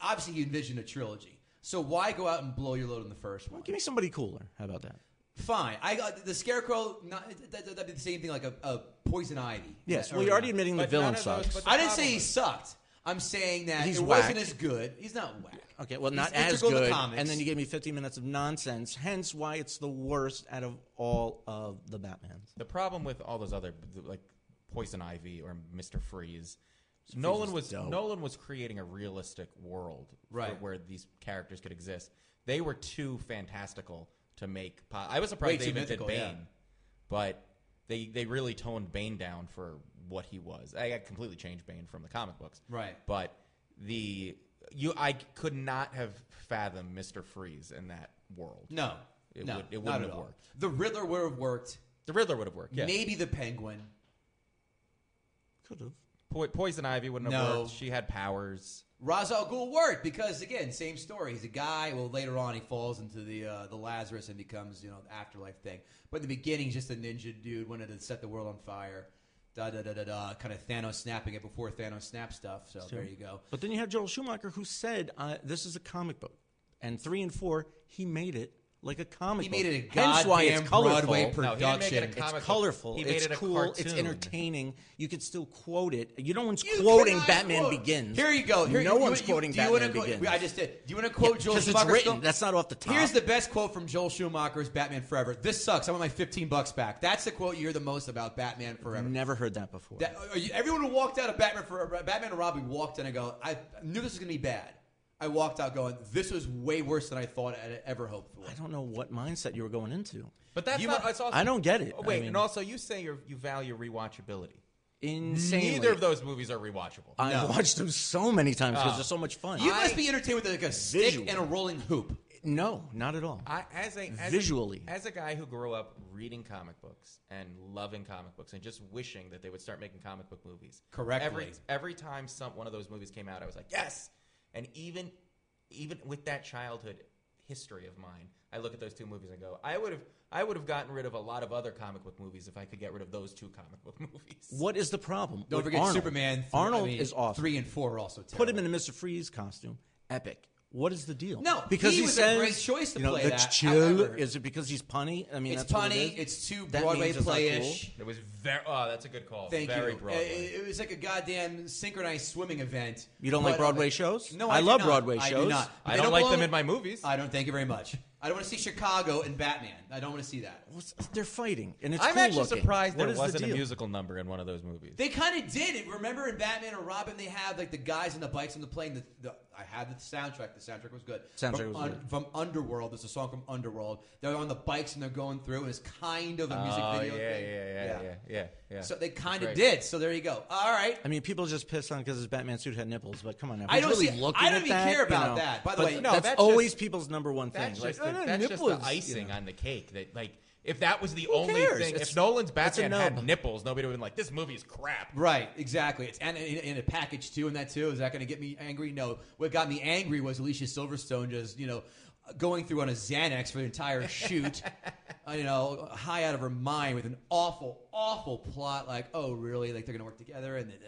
obviously you envision a trilogy, so why go out and blow your load in the first one? give me somebody cooler. How about that? Fine, I got the Scarecrow. Not, that, that, would be the same thing like a, a Poison Ivy. Yes. That Well, early you're already on. admitting the But villain none of those- sucks. but the I didn't problem say he is- sucked. I'm saying that He's it whack. wasn't as good. He's not whack. okay. Well, He's not as integral to good. comics. And then you gave me 15 minutes of nonsense. Hence, why it's the worst out of all of the Batman's. The problem with all those other like Poison Ivy or Mister Freeze, Nolan was Nolan was creating a realistic world for Right. where these characters could exist. They were too fantastical to make. Po- I was surprised Way they too even did mythical, Bane, yeah. but they they really toned Bane down for what he was. I, I completely changed Bane from the comic books, Right. But the you I could not have fathomed Mister Freeze in that world. no, It no, would- it wouldn't not at have all. worked. The Riddler would have worked. The Riddler would have worked. Yeah. Maybe the Penguin. Could have. Po- Poison Ivy wouldn't have No. worked. She had powers. Ra's al Ghul worked because again, same story. He's a guy. Well, later on, he falls into the uh, the Lazarus and becomes you know the afterlife thing. But in the beginning, he's just a ninja dude wanted to set the world on fire. Da da da da da. Kind of Thanos snapping it before Thanos snaps stuff. So there you go. But then you have Joel Schumacher who said, uh, "This is a comic book," and three and four he made it. like a comic. He book. made it a Hence why it's goddamn colorful. Broadway No, he didn't make it a production. comic it's book. colorful. He made it's it a cool. It's cartoon. entertaining. You could still quote it. You no one's You quoting cannot Batman quote- Begins. Here you go. Here, no you- one's you- quoting do you wanna Batman quote- Begins. I just did. Do you want to quote Joel because it's Schumacher? written. still? That's not off the top. Here's the best quote from Joel Schumacher's Batman Forever. This sucks. I want my 15 bucks back. That's the quote you hear the most about Batman Forever. Never heard that before. That, are you, everyone who walked out of Batman Forever, Batman and Robin walked in and go, I knew this was going to be bad. I walked out going, this was way worse than I thought I'd ever hoped for. I don't know what mindset you were going into. But that's You not. mu- it's also, I don't get it. Oh, wait, I mean- and also you say you're, you value rewatchability. Insanely. Neither of Ah. those movies are rewatchable. I've watched them so many times because they're so much fun. You I- must be entertained with like a stick Visual. and a rolling hoop. no, not at all. I, as a as Visually. a, as a guy who grew up reading comic books and loving comic books and just wishing that they would start making comic book movies. Correctly. Every every time some one of those movies came out, I was like, yes. And even even with that childhood history of mine, I look at those two movies and go, I would have I would have gotten rid of a lot of other comic book movies if I could get rid of those two comic book movies. what is the problem? Don't with forget Arnold? Superman. th- Arnold I mean, is awesome. Three and four are also terrible. Put him in a Mr. Freeze costume. Epic. What is the deal? No, because he he, was a says, great choice to you know, play the that. chill. However- is it because he's punny? I mean, It's that's what it punny. is? it's too That Broadway means it's not cool. playish. It was very oh, that's a good call. Thank very you. Eh, Broadway. It, it was like a goddamn synchronized swimming event. uh, You don't like Broadway shows? No, I I, do love not. Broadway I shows. do not. I They don't, like belong- them in my movies. I don't. Thank you very much. I don't want to see Chicago and Batman. I don't want to see that. What's- They're fighting, and it's I'm cool actually looking. surprised What there is wasn't the a deal? musical number in one of those movies. They kind of did it. Remember in Batman and Robin, they have like the guys on the bikes on the plane. The, the I had the soundtrack. The soundtrack was good. Soundtrack from, was good. from Underworld. There's a song from Underworld. They're on the bikes and they're going through, and it's kind of a music oh, video yeah, thing. yeah, yeah, yeah, yeah, yeah. So they kind of Right. did. So there you go. All right. I mean, people just piss on because his Batman suit had nipples, but come on now. I Who's don't really see- looking I don't at even care you about know? that. By the But way, No, that's, that's always just- people's number one thing. That's Like, just, the, that's "Oh, just nipples," the you icing know. on the cake. That like, if that was the only cares? thing, It's- if Nolan's it's a Batman had nub. nipples, nobody would have been like, "This movie is crap." Right, exactly. It's and in, in a package too, and that too. Is that going to get me angry? No. What got me angry was Alicia Silverstone just you know going through on a Xanax for the entire shoot, uh, you know, high out of her mind with an awful, awful plot. Like, oh really? Like they're going to work together? And then,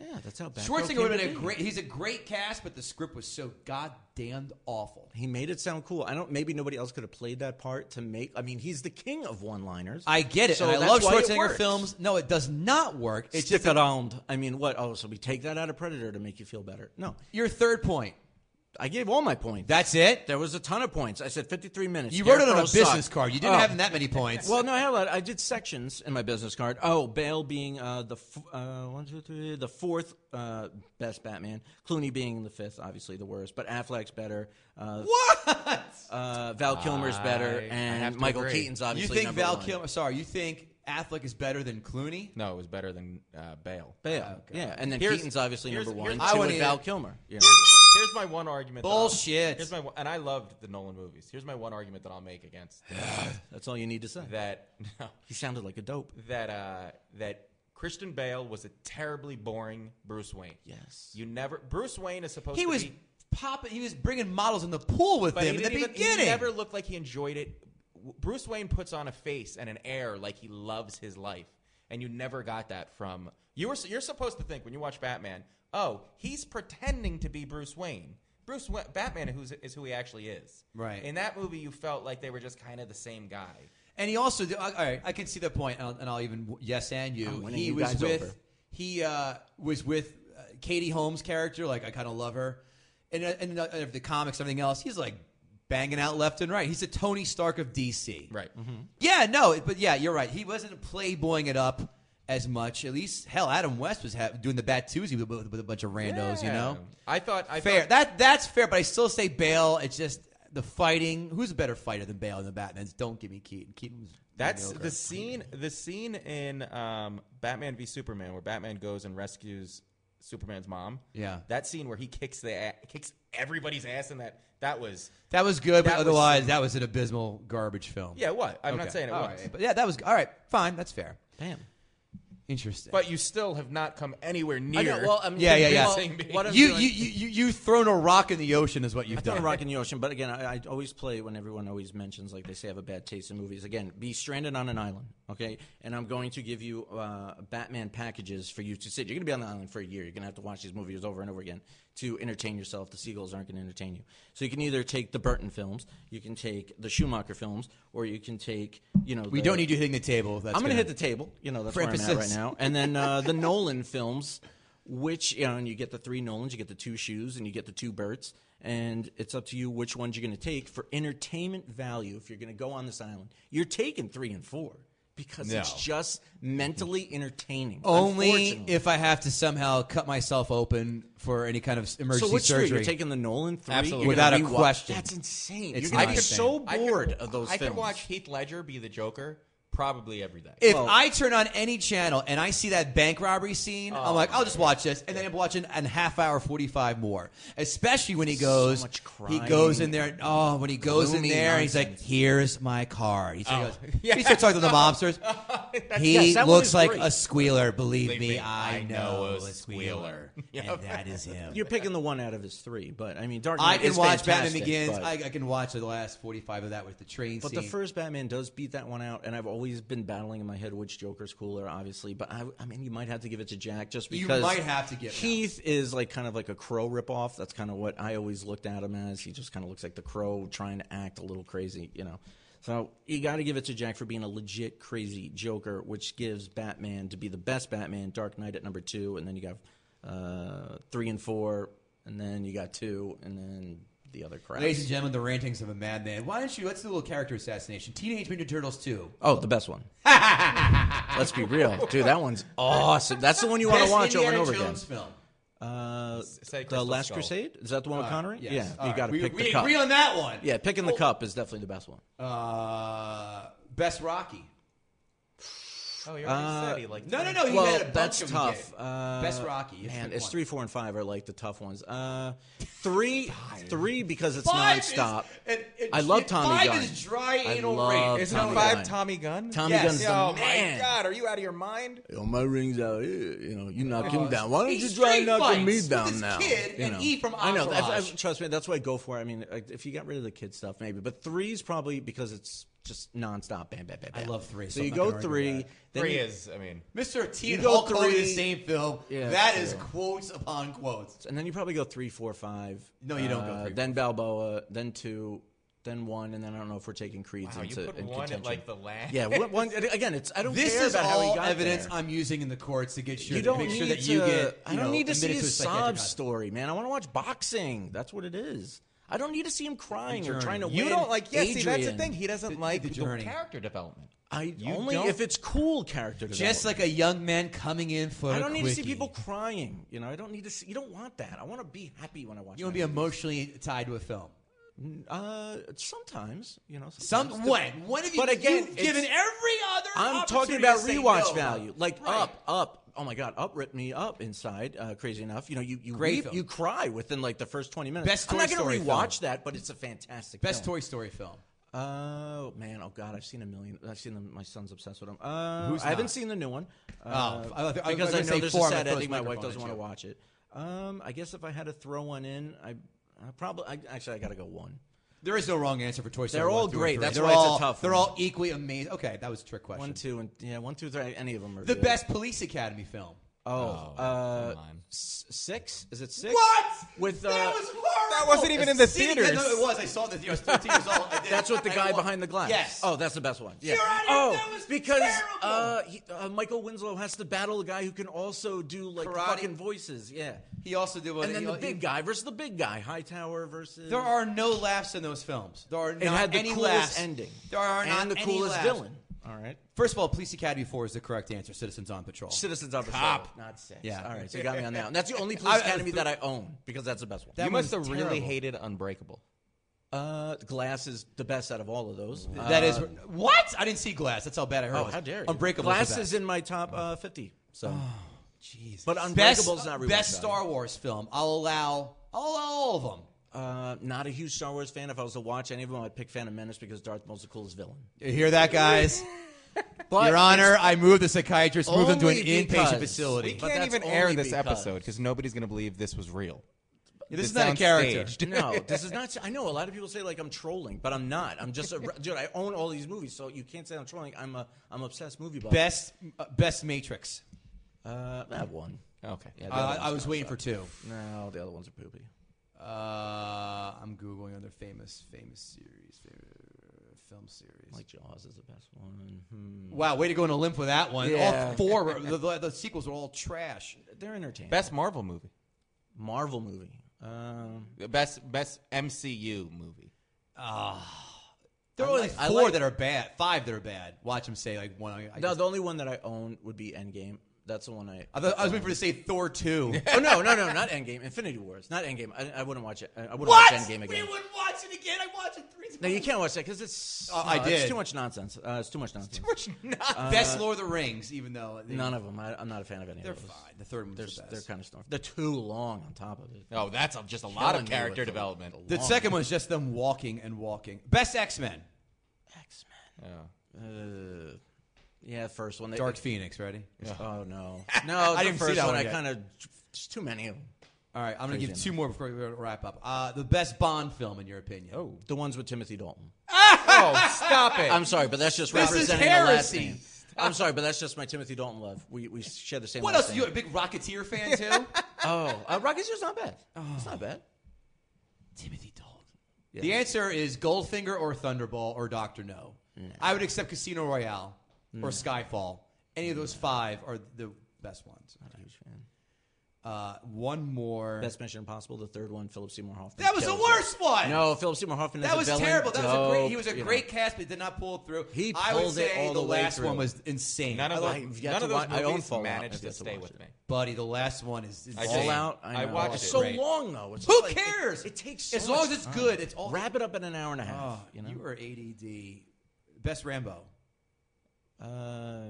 Yeah, that's how Batman. Schwarzenegger would have been a great. He's a great cast, but the script was so goddamned awful. He made it sound cool. I don't. Maybe nobody else could have played that part to make. I mean, he's the king of one-liners. I get it. So and I love that's why it Schwarzenegger works. films. No, it does not work. It's Stick just a- around. I mean, what? Oh, so we take that out of Predator to make you feel better? No, your third point. I gave all my points. That's it. there was a ton of points. I said fifty-three minutes. You wrote it on a Scarecrow business sucked. card. You didn't Oh. have that many points. Well, no, I had a lot. I did sections in my business card. Oh, Bale being uh, the f- uh, one, two, three, the fourth uh, best Batman. Clooney being the fifth, obviously the worst. But Affleck's better. Uh, what? Uh, Val Kilmer's better, I- I have and to Michael agree. Keaton's You obviously think number Val one. Kilmer? Sorry, you think Affleck is better than Clooney? No, it was better than uh, Bale. Bale, yeah, and then Here's- Keaton's obviously here's- number here's- one. I Two wanna with hear- Val Kilmer. Yeah. Here's my one argument. that I'll- Bullshit. Here's my one, and I loved the Nolan movies. Here's my one argument that I'll make against That's all you need to say. that. No, He sounded like a dope. that uh, that Christian Bale was a terribly boring Bruce Wayne. Yes. you never. Bruce Wayne is supposed He to was be popping. He was bringing models in the pool with But him he in the didn't even- beginning. he never looked like he enjoyed it. W- Bruce Wayne puts on a face and an air like he loves his life, and you never got that from you were. You're supposed to think when you watch Batman, oh, he's pretending to be Bruce Wayne. Bruce Wa- Batman who's, is who he actually is. Right. In that movie, you felt like they were just kind of the same guy. and he also. did- All right, I can see the point, and I'll, and I'll even w- yes and you. I'm winning he you was guys with. over. He uh, was with uh, Katie Holmes' character. Like I kind of love her, and uh, and uh, of the comics, everything else. He's like banging out left and right. He's a Tony Stark of DC. Right. Yeah, no, but yeah, you're right. He wasn't playboying it up as much. At least, hell, Adam West was ha- doing the Bat Tuesday with, with, with a bunch of randos. You know, I thought. I fair. Thought, That that's fair. But I still say Bale. It's just the fighting. Who's a better fighter than Bale in the Batman's? Don't give me Keaton. Keaton was That's mediocre. the scene. The scene in um, Batman v Superman where Batman goes and rescues Superman's mom. Yeah. that scene where he kicks the a- kicks everybody's ass in that. That was That was good, but That was- otherwise, that was an abysmal garbage film. yeah. What I'm Okay. not saying it All was, right. But yeah, that was all right. Fine, that's fair. Bam. Interesting. but you still have not come anywhere near. I'm Yeah, yeah, yeah. what I'm you, you doing- you you you thrown a rock in the ocean is what you've Throwing done. a rock in the ocean. But again, I, I always play when everyone always mentions, like they say, I have a bad taste in movies. Again, be stranded on an island. Okay, and I'm going to give you uh, Batman packages for you to sit. You're going to be on the island for a year. You're going to have to watch these movies over and over again to entertain yourself. The seagulls aren't going to entertain you. So you can either take the Burton films, you can take the Schumacher films, or you can take you know. We the- don't need you hitting the table. That's I'm going to gonna- hit the table. You know, that's where I'm at right emphasis. now. And then uh, the Nolan films, which you know, and you get the three Nolans, you get the two shoes, and you get the two Berts, and it's up to you which ones you're going to take for entertainment value. If you're going to go on this island, you're taking three and four because it's just mentally entertaining. Only unfortunately. if I have to somehow cut myself open for any kind of emergency So which three? surgery. You're taking the Nolan three Absolutely. You're gonna Without a rewatch- question. That's insane. It's you're going not to be insane. so I could- bored of those I films. could watch Heath Ledger be the Joker probably every day. if I turn on any channel and I see that bank robbery scene, I'm Oh, like, I'll just watch this, and then I'm watching a half hour, forty five more. Especially when he goes, much he crying. goes in there. Oh, when he goes in Gloomy there, and he's like, nonsense. Oh. "Here's my card." He's like, he starts talking to the mobsters. he yes, that one looks is like great. a squealer. Believe Believe me, me, I I know know a a squealer, and that is him. You're picking the one out of his three, but I mean, Dark Knight I can is watch Batman fantastic, Begins. but- I, I can watch the last forty five of that with the train But scene. the first Batman does beat that one out, and I've always been battling in my head which Joker's cooler, obviously. But I, I mean, you might have to give it to Jack just You because might have to give it. Heath is like kind of like a Crow ripoff. That's kind of what I always looked at him as. He just kind of looks like the Crow trying to act a little crazy, you know. So you got to give it to Jack for being a legit crazy Joker, which gives Batman to be the best Batman. Dark Knight at number two, and then you got uh, three and four, and then you got two, and then the other crap. Ladies and gentlemen, the rantings of a madman. Why don't you let's do a little character assassination? Teenage Mutant Ninja Turtles two. Oh, the best one. Let's be real, dude. That one's awesome. That's the one you want to Best watch over and Indiana over Jones film. again. Uh, Say the Crystal Last Skull. Crusade is that the one with Connery? Yes. Yeah, All you right. got to we, pick we the cup. agree on Oh. that one. yeah, picking the cup is definitely the best one. Uh, best Rocky. Oh, you already said he liked No, no, no. You well, had a bunch that's of them you tough. did. Uh, best Rocky. You Man, pick it's one. three, four, and five are like the tough ones. Uh, three, three because it's Five is- nonstop. and- and- I love and Tommy five Gunn. is dry I anal love rape. Isn't Tommy it five Gunn. Tommy Gunn? Tommy Yes. Gunn's the oh man. my God, are you out of your mind? Yo, my ring's out here. You know, you knock him down. Why don't He's you try straight knocking me fights down with his now? kid you and he from I know. That's, Entourage. I, trust me, that's why I go for. it. I mean, like, if you got rid of the kid stuff, maybe. But three's probably because it's just nonstop. Bam, bam, bam. I bam. love three, So, so I'm you not go gonna argue three. with that. Then Three you- is, I mean, Mr. T and go Hulk Hogan in the three- same film. Yeah, that that's is true. quotes upon quotes. and then you probably go three, four, five. No, you don't go Uh, three, Then Balboa. Then two. Then one, and then I don't know if we're taking Creed's wow, you into put in one contention. at like the last. yeah, one, one- again, it's I don't This care is about how he all got evidence there. I'm using in the courts to get sure you don't to make need sure that to, you get. I you don't know, need to see admitted a his psychiatric sob hospital. story, man. I want to watch boxing. That's what it is. I don't need to see him crying or Journey. trying to You win. don't like, yeah, see, that's the Adrian. thing. He doesn't like the the, journey. character development. I You only don't- if it's cool character development. Just like a young man coming in for. I a don't need to see quickie. people crying. You know, I don't need to see. You don't want that. I want to be happy when I watch. You want my to be movies. emotionally tied to a film. Uh, sometimes you know. Some Sometimes when when have you? But again, you've it's- given every other. I'm talking opportunity about to say rewatch no. value. Like Right. up, up. Oh my God, up ripped me up inside. Uh, crazy enough, you know, you you Great weep, film. you cry within like the first twenty minutes. Best I'm not Toy gonna Story rewatch film. that, but it's a fantastic Best film. Toy Story film. Oh man, oh God, I've seen a million. I've seen them. My son's obsessed with them. Uh, Who's I not? haven't Oh, seen the new one. Uh, I- I- I was because gonna I say know there's four, a I'm gonna sad throw ending. this My wife microphone doesn't at want to you. watch it. Um, I guess if I had to throw one in, I, I probably I, actually I got to go one. There is no wrong answer for Toy Story. They're all one, two, or great. three. That's they're why it's a all, tough They're one. all equally amazing. Okay, that was a trick question. One, two, and yeah, one, two, three. Any of them are the good. best Police Academy film. Oh, uh, come on. s- six? Is it six? What? With uh, that was horrible. that wasn't even in the Sitting- theaters. No, it was. I saw it in the theater. I was 13 years old. I did. That's what the I guy wa- behind the glass. Yes. Oh, that's the best one. Yeah. You're out of here. oh, That was because terrible. Uh, he, uh, Michael Winslow has to battle a guy who can also do like Karate. fucking voices. Yeah. he also did one. and then he- the he- big guy versus the big guy. Hightower versus. There are no laughs in those films. There are It not had the any coolest laughs. ending. There are and not the any coolest laughs. villain. All right. First of all, Police Academy 4 is the correct answer. Citizens on Patrol. Citizens on Patrol. Not six. Yeah. All right. So you got me on that one. That's the only police I- I- academy that I own because that's the best one. That you must one's have really terrible. hated Unbreakable. Uh, Glass is the best out of all of those. That is what I didn't see Glass. That's how bad I heard. Uh, Oh, was. how dare you! Unbreakable. Glass is the is best. in my top uh, fifty. So, Jesus. but best, Unbreakable's not rewatchable. best Star Wars film. I'll allow. I'll allow all of them. Uh, not a huge Star Wars fan. If I was to watch any of them, I'd pick Phantom Menace because Darth Maul's the coolest villain. You hear that, guys? Your Honor, I moved the psychiatrist, moved him to an only inpatient because- facility. But Can't that's even only air this because- episode because nobody's going to believe this was real. this It is not a sounds character. staged. no, this is not. I know a lot of people say like I'm trolling, but I'm not. I'm just a dude. I own all these movies, so you can't say I'm trolling. I'm a I'm obsessed movie buff. Best uh, best Matrix. uh, that one. Okay. Yeah, the other Uh, I one's was not waiting for two. so- No, the other ones are poopy. Uh, I'm googling other famous famous series, favorite film series. Like Jaws is the best one. Hmm. wow, way to go on a limp with that one. All Yeah. four were- the, the, the sequels are all trash. They're entertaining. Best Marvel movie. Marvel movie. Um, The Best best MCU movie. There are I only like- I four like- that are bad, five that are bad. Watch them say like one. I, I, no, just- the only one that I own would be Endgame. That's the one I. I, thought- I was waiting for you to say Thor two. oh no, no, no, not Endgame. Infinity Wars, not Endgame. I, I wouldn't watch it. I, I wouldn't what? watch Endgame again. We wouldn't watch it again. I watched it three times. No, you can't watch that because it's. Oh, I no, did. It's too much nonsense. Uh, it's too much nonsense. Best Lord of the Rings, even though they, None of them. I, I'm not a fan of any they're of those. fine. The third one's the best. They're kind of snarf. They're too long on top of it. Oh, that's a- just a lot Killing of me character with the- development. the Oh. second one's just them walking and walking. Best X Men, X Yeah. Men. Uh, yeah, first one. They, Dark Phoenix. Ready? Oh no, no. I the didn't see first that one. one I yet. kind of. There's too many of them. All right, I'm going to give two more before we wrap up. Uh, the best Bond film, in your opinion? Oh, The ones with Timothy Dalton. Oh, stop it. I'm sorry, but that's just This is representing the last heresy. name. I'm sorry, but that's just my Timothy Dalton love. We we share the same. what last else? You a name. big Rocketeer fan too? Oh, uh, Rocky's just not bad. It's not Oh. bad. Timothy Dalton. The answer is Goldfinger or Thunderball or Doctor No. I would accept Casino Royale or Skyfall. Any of those five are the best ones. Huge fan. Uh, one more. Best Mission Impossible, the third one, Philip Seymour Hoffman. that was the kills worst it. one. No, Philip Seymour Hoffman. as That a was villain, terrible. That was a great. dope, He was a you know. great cast, but did not pull it through. He I would pulled it say all the, the way last through. one was insane. None of I those, like- you've got none to of those watch- I own movies Fallout. I've managed to got to stay watch with it. me. buddy, the last one is I All did. insane. out. I, I know. watched It's it. so Great. long though. It's Who like- it- cares? It, takes so as long much as it's time. good. It's all. Wrap it up in an hour and a half. Oh, you know. Oh, You are ADD. Best Rambo. uh,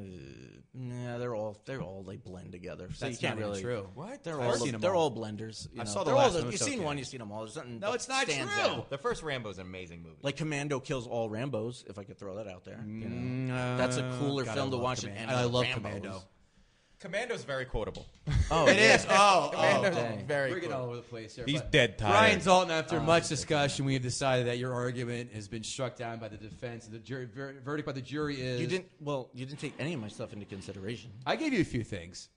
nah, they're all they're all like blend together. So That's you can't not even really. true. What? They're I've all seen 'em they're all. all blenders. You I know. saw the They're last all, one, it You've was seen okay. one. You've seen them all. There's nothing. No, that it's not stands true. out. oh, The first Rambo's an amazing movie. Like Commando kills all Rambo's. If I could throw that out there, you know. that's a cooler God, I film to love watch. Commando. Than And I love Rambo's. Commando. Commando's very quotable. Oh, It is. Oh, oh, Commando's oh. very We're getting cool. all over the place here. He's but dead tired. Brian Dalton, after much discussion, we have decided that your argument has been struck down by the defense. The jury, ver- verdict by the jury is You didn't. Well, you didn't take any of my stuff into consideration. I gave you a few things.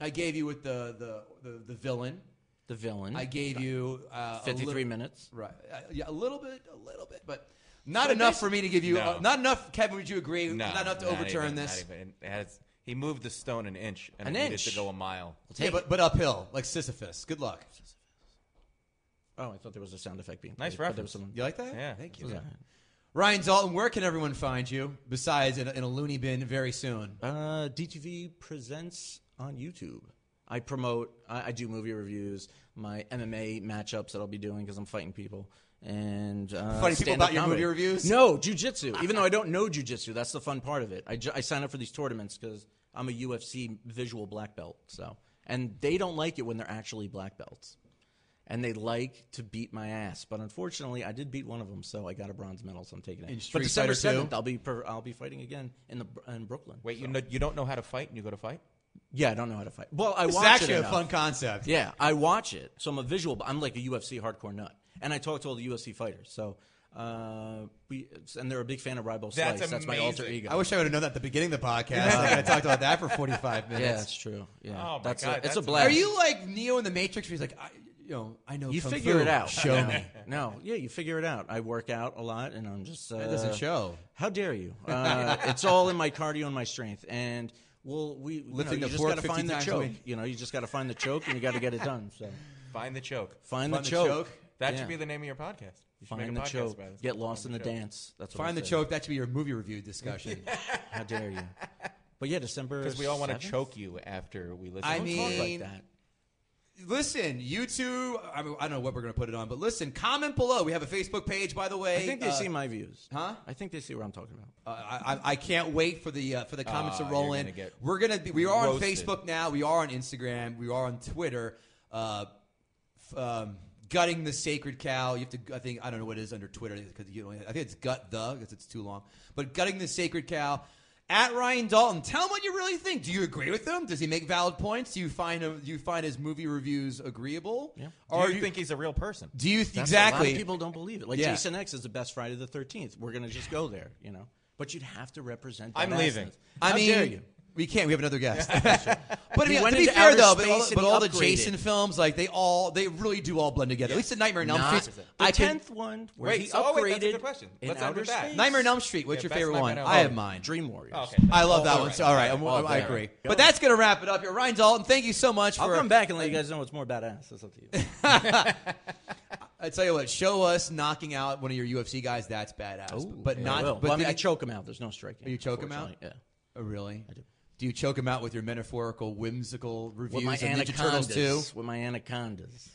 I gave you with the the the, the villain. The villain. I gave you uh, a fifty-three little- minutes. Right. Uh, yeah, a little bit, a little bit, but not enough for me to give you. No. uh, not enough, Kevin. Would you agree? No, not enough to overturn even, this. not even. It has- he moved the stone an inch and An it needed inch? to go a mile. Yeah, but, but uphill, like Sisyphus. Good luck. Oh, I thought there was a sound effect being. Nice played, but there was reference. someone- You like that? Yeah. Thank you. was man. Ryan Dalton, where can everyone find you besides in a, in a loony bin very soon? Uh, DTV presents on YouTube. I promote. I, I do movie reviews. My MMA matchups that I'll be doing because I'm fighting people and Fighting uh, people stand-up about your comedy. movie reviews? No, jujitsu. Even though I don't know jujitsu, that's the fun part of it. I, ju- I sign up for these tournaments because I'm a UFC visual black belt. So, and they don't like it when they're actually black belts, and they like to beat my ass. But unfortunately, I did beat one of them, so I got a bronze medal. So I'm taking it. In but Street December Fighter 2? seventh, I'll be per- I'll be fighting again in the in Brooklyn. Wait, you know, you don't know how to fight and you go to fight? Yeah, I don't know how to fight. Well, I This is watch actually it. a enough. fun concept. Yeah, I watch it, so I'm a visual. But I'm like a UFC hardcore nut, and I talk to all the UFC fighters. So, uh, we and they're a big fan of Ribo Slice. That's That's my alter amazing. ego. I wish I would have known that at the beginning of the podcast. I could have talked about that for 45 yeah, minutes. that's true. Yeah, Oh my that's God, a, it's that's a amazing. blast. Are you like Neo in the Matrix where he's like, I, you know, I know You Kung figure Fu. it out. Show No, me. No, yeah, you figure it out. I work out a lot, and I'm just. Uh, That doesn't show. How dare you? Uh, it's all in my cardio and my strength, and well, we you Lifting know, the you just fork got to 50 find the times a choke. week. You know, you just got to find the choke, and you got to get it done. So Find the choke. find, Find the choke. That Yeah. should be the name of your podcast. You should make a Find the podcast choke. about it. Get lost in the choke. dance. That's what Find I the say. choke. That should be your movie review discussion. How dare you? But yeah, December. Because we all want to 7th? choke you after we listen I to Don't it. talk mean- like that. listen, YouTube. I, mean, I don't know what we're going to put it on, but listen, comment below. We have a Facebook page, by the way. I think they Uh, see my views. huh? I think they see what I'm talking about. Uh, I, I- I can't wait for the uh, for the comments Ah, to roll you're in. gonna get We're gonna be, we are roasted. on Facebook now. We are on Instagram. We are on Twitter. Uh, f- um, gutting the sacred cow. You have to. I think I don't know what it is under Twitter because you. Only, I think it's gut the because it's too long. But gutting the sacred cow. At Ryan Dalton, tell him what you really think. Do you agree with him? Does he make valid points? Do you find him, do you find his movie reviews agreeable? Yeah. Or Or you think he's a real person? do you th- A lot exactly? of people don't believe it. Like Yeah. Jason X is the best Friday the Thirteenth. We're gonna just go there, you know. But you'd have to represent. That I'm leaving. essence. I How mean, dare you? we can't. We have another guest. but I mean, went to be into fair outer though, but all, space but and he all the upgraded. Jason films, like they all, they really do all blend together. At least the Nightmare on Elm Not Street. the I can- tenth one where Wait, he so- oh, upgraded wait, that's a good question. in Let's end outer with that. space. Nightmare on Elm Street. What's Yeah, your best favorite Nightmare one? on Elm I have Street. mine. Dream Warriors. Okay. I love Oh, that all one. right. So, all right, I'm, All I there. agree. Go. But that's gonna wrap it up. Here, Ryan Dalton. Thank you so much I'll for. come back and let you guys know what's more badass. That's up to you. I tell you what, show us knocking out one of your UFC guys. That's badass. but Yeah, I not. will. But Well, I mean, the- I choke him out. There's no striking. You choke him out? unfortunately. Yeah. Oh, really? do. you choke him out with your metaphorical, whimsical reviews With my of Ninja Turtles too? anacondas. With my anacondas.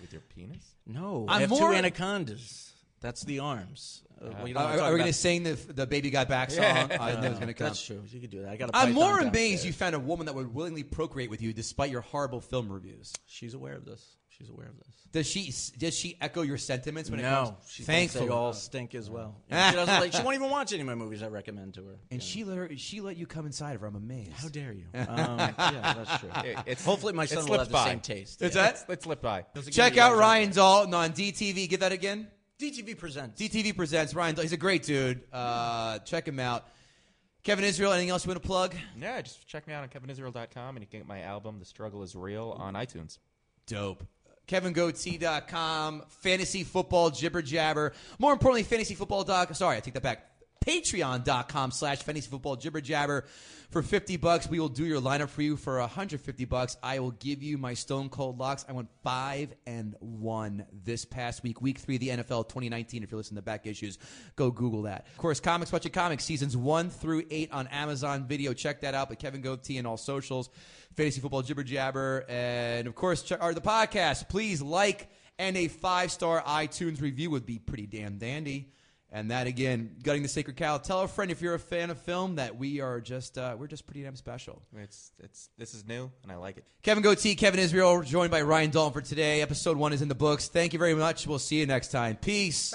With your penis? No, I'm I have more- two anacondas. That's the arms. Uh, well, you don't Are, wanna are talk we about- going to sing the the Baby Got Back song? I know it's going to come. That's true. You could do that. I got. a I'm python more down amazed there. you found a woman that would willingly procreate with you despite your horrible film reviews. She's aware of this. She's aware of this. Does she does she echo your sentiments when it no, comes? she thinks thankfully, they all stink as well. And Uh, she doesn't like. She won't even watch any of my movies I recommend to her. and she let her, she let you come inside of her. I'm amazed. How dare you? Um, yeah, that's true. it's- Hopefully, my Ah. it son will slipped have the by. same taste. Is Yeah. that- Let's, let's slip by. Check out Ryan Dalton on DTV. Get that again. DTV presents. DTV presents Ryan. Dalton. He's a great dude. Uh, check him out. Kevin Israel. Anything else you want to plug? Yeah, just check me out on kevinisrael.com and you can get my album, The Struggle is Real, on iTunes. Dope. KevinGoatee.com, fantasy football jibber jabber. More importantly, fantasy football doc. Sorry, I take that back. Patreon.com slash fantasy football jibber jabber. For 50 bucks, we will do your lineup for you. For 150 bucks, I will give you my stone cold locks. I went five and one this past week, week three of the NFL 2019. If you're listening to back issues, go Google that. Of course, Comics Watch It Comics seasons one through eight on Amazon Video. Check that out. But Kevin Goatee and all socials fantasy football jibber jabber, and of course, check out the podcast. Please like and a five star iTunes review would be pretty damn dandy. And that again, gutting the sacred cow. Tell a friend if you're a fan of film that we are just uh, we're just pretty damn special. It's, it's, this is new and I like it. Kevin Goatee, Kevin Israel, joined by Ryan Dalton for today. Episode one is in the books. Thank you very much. We'll see you next time. Peace.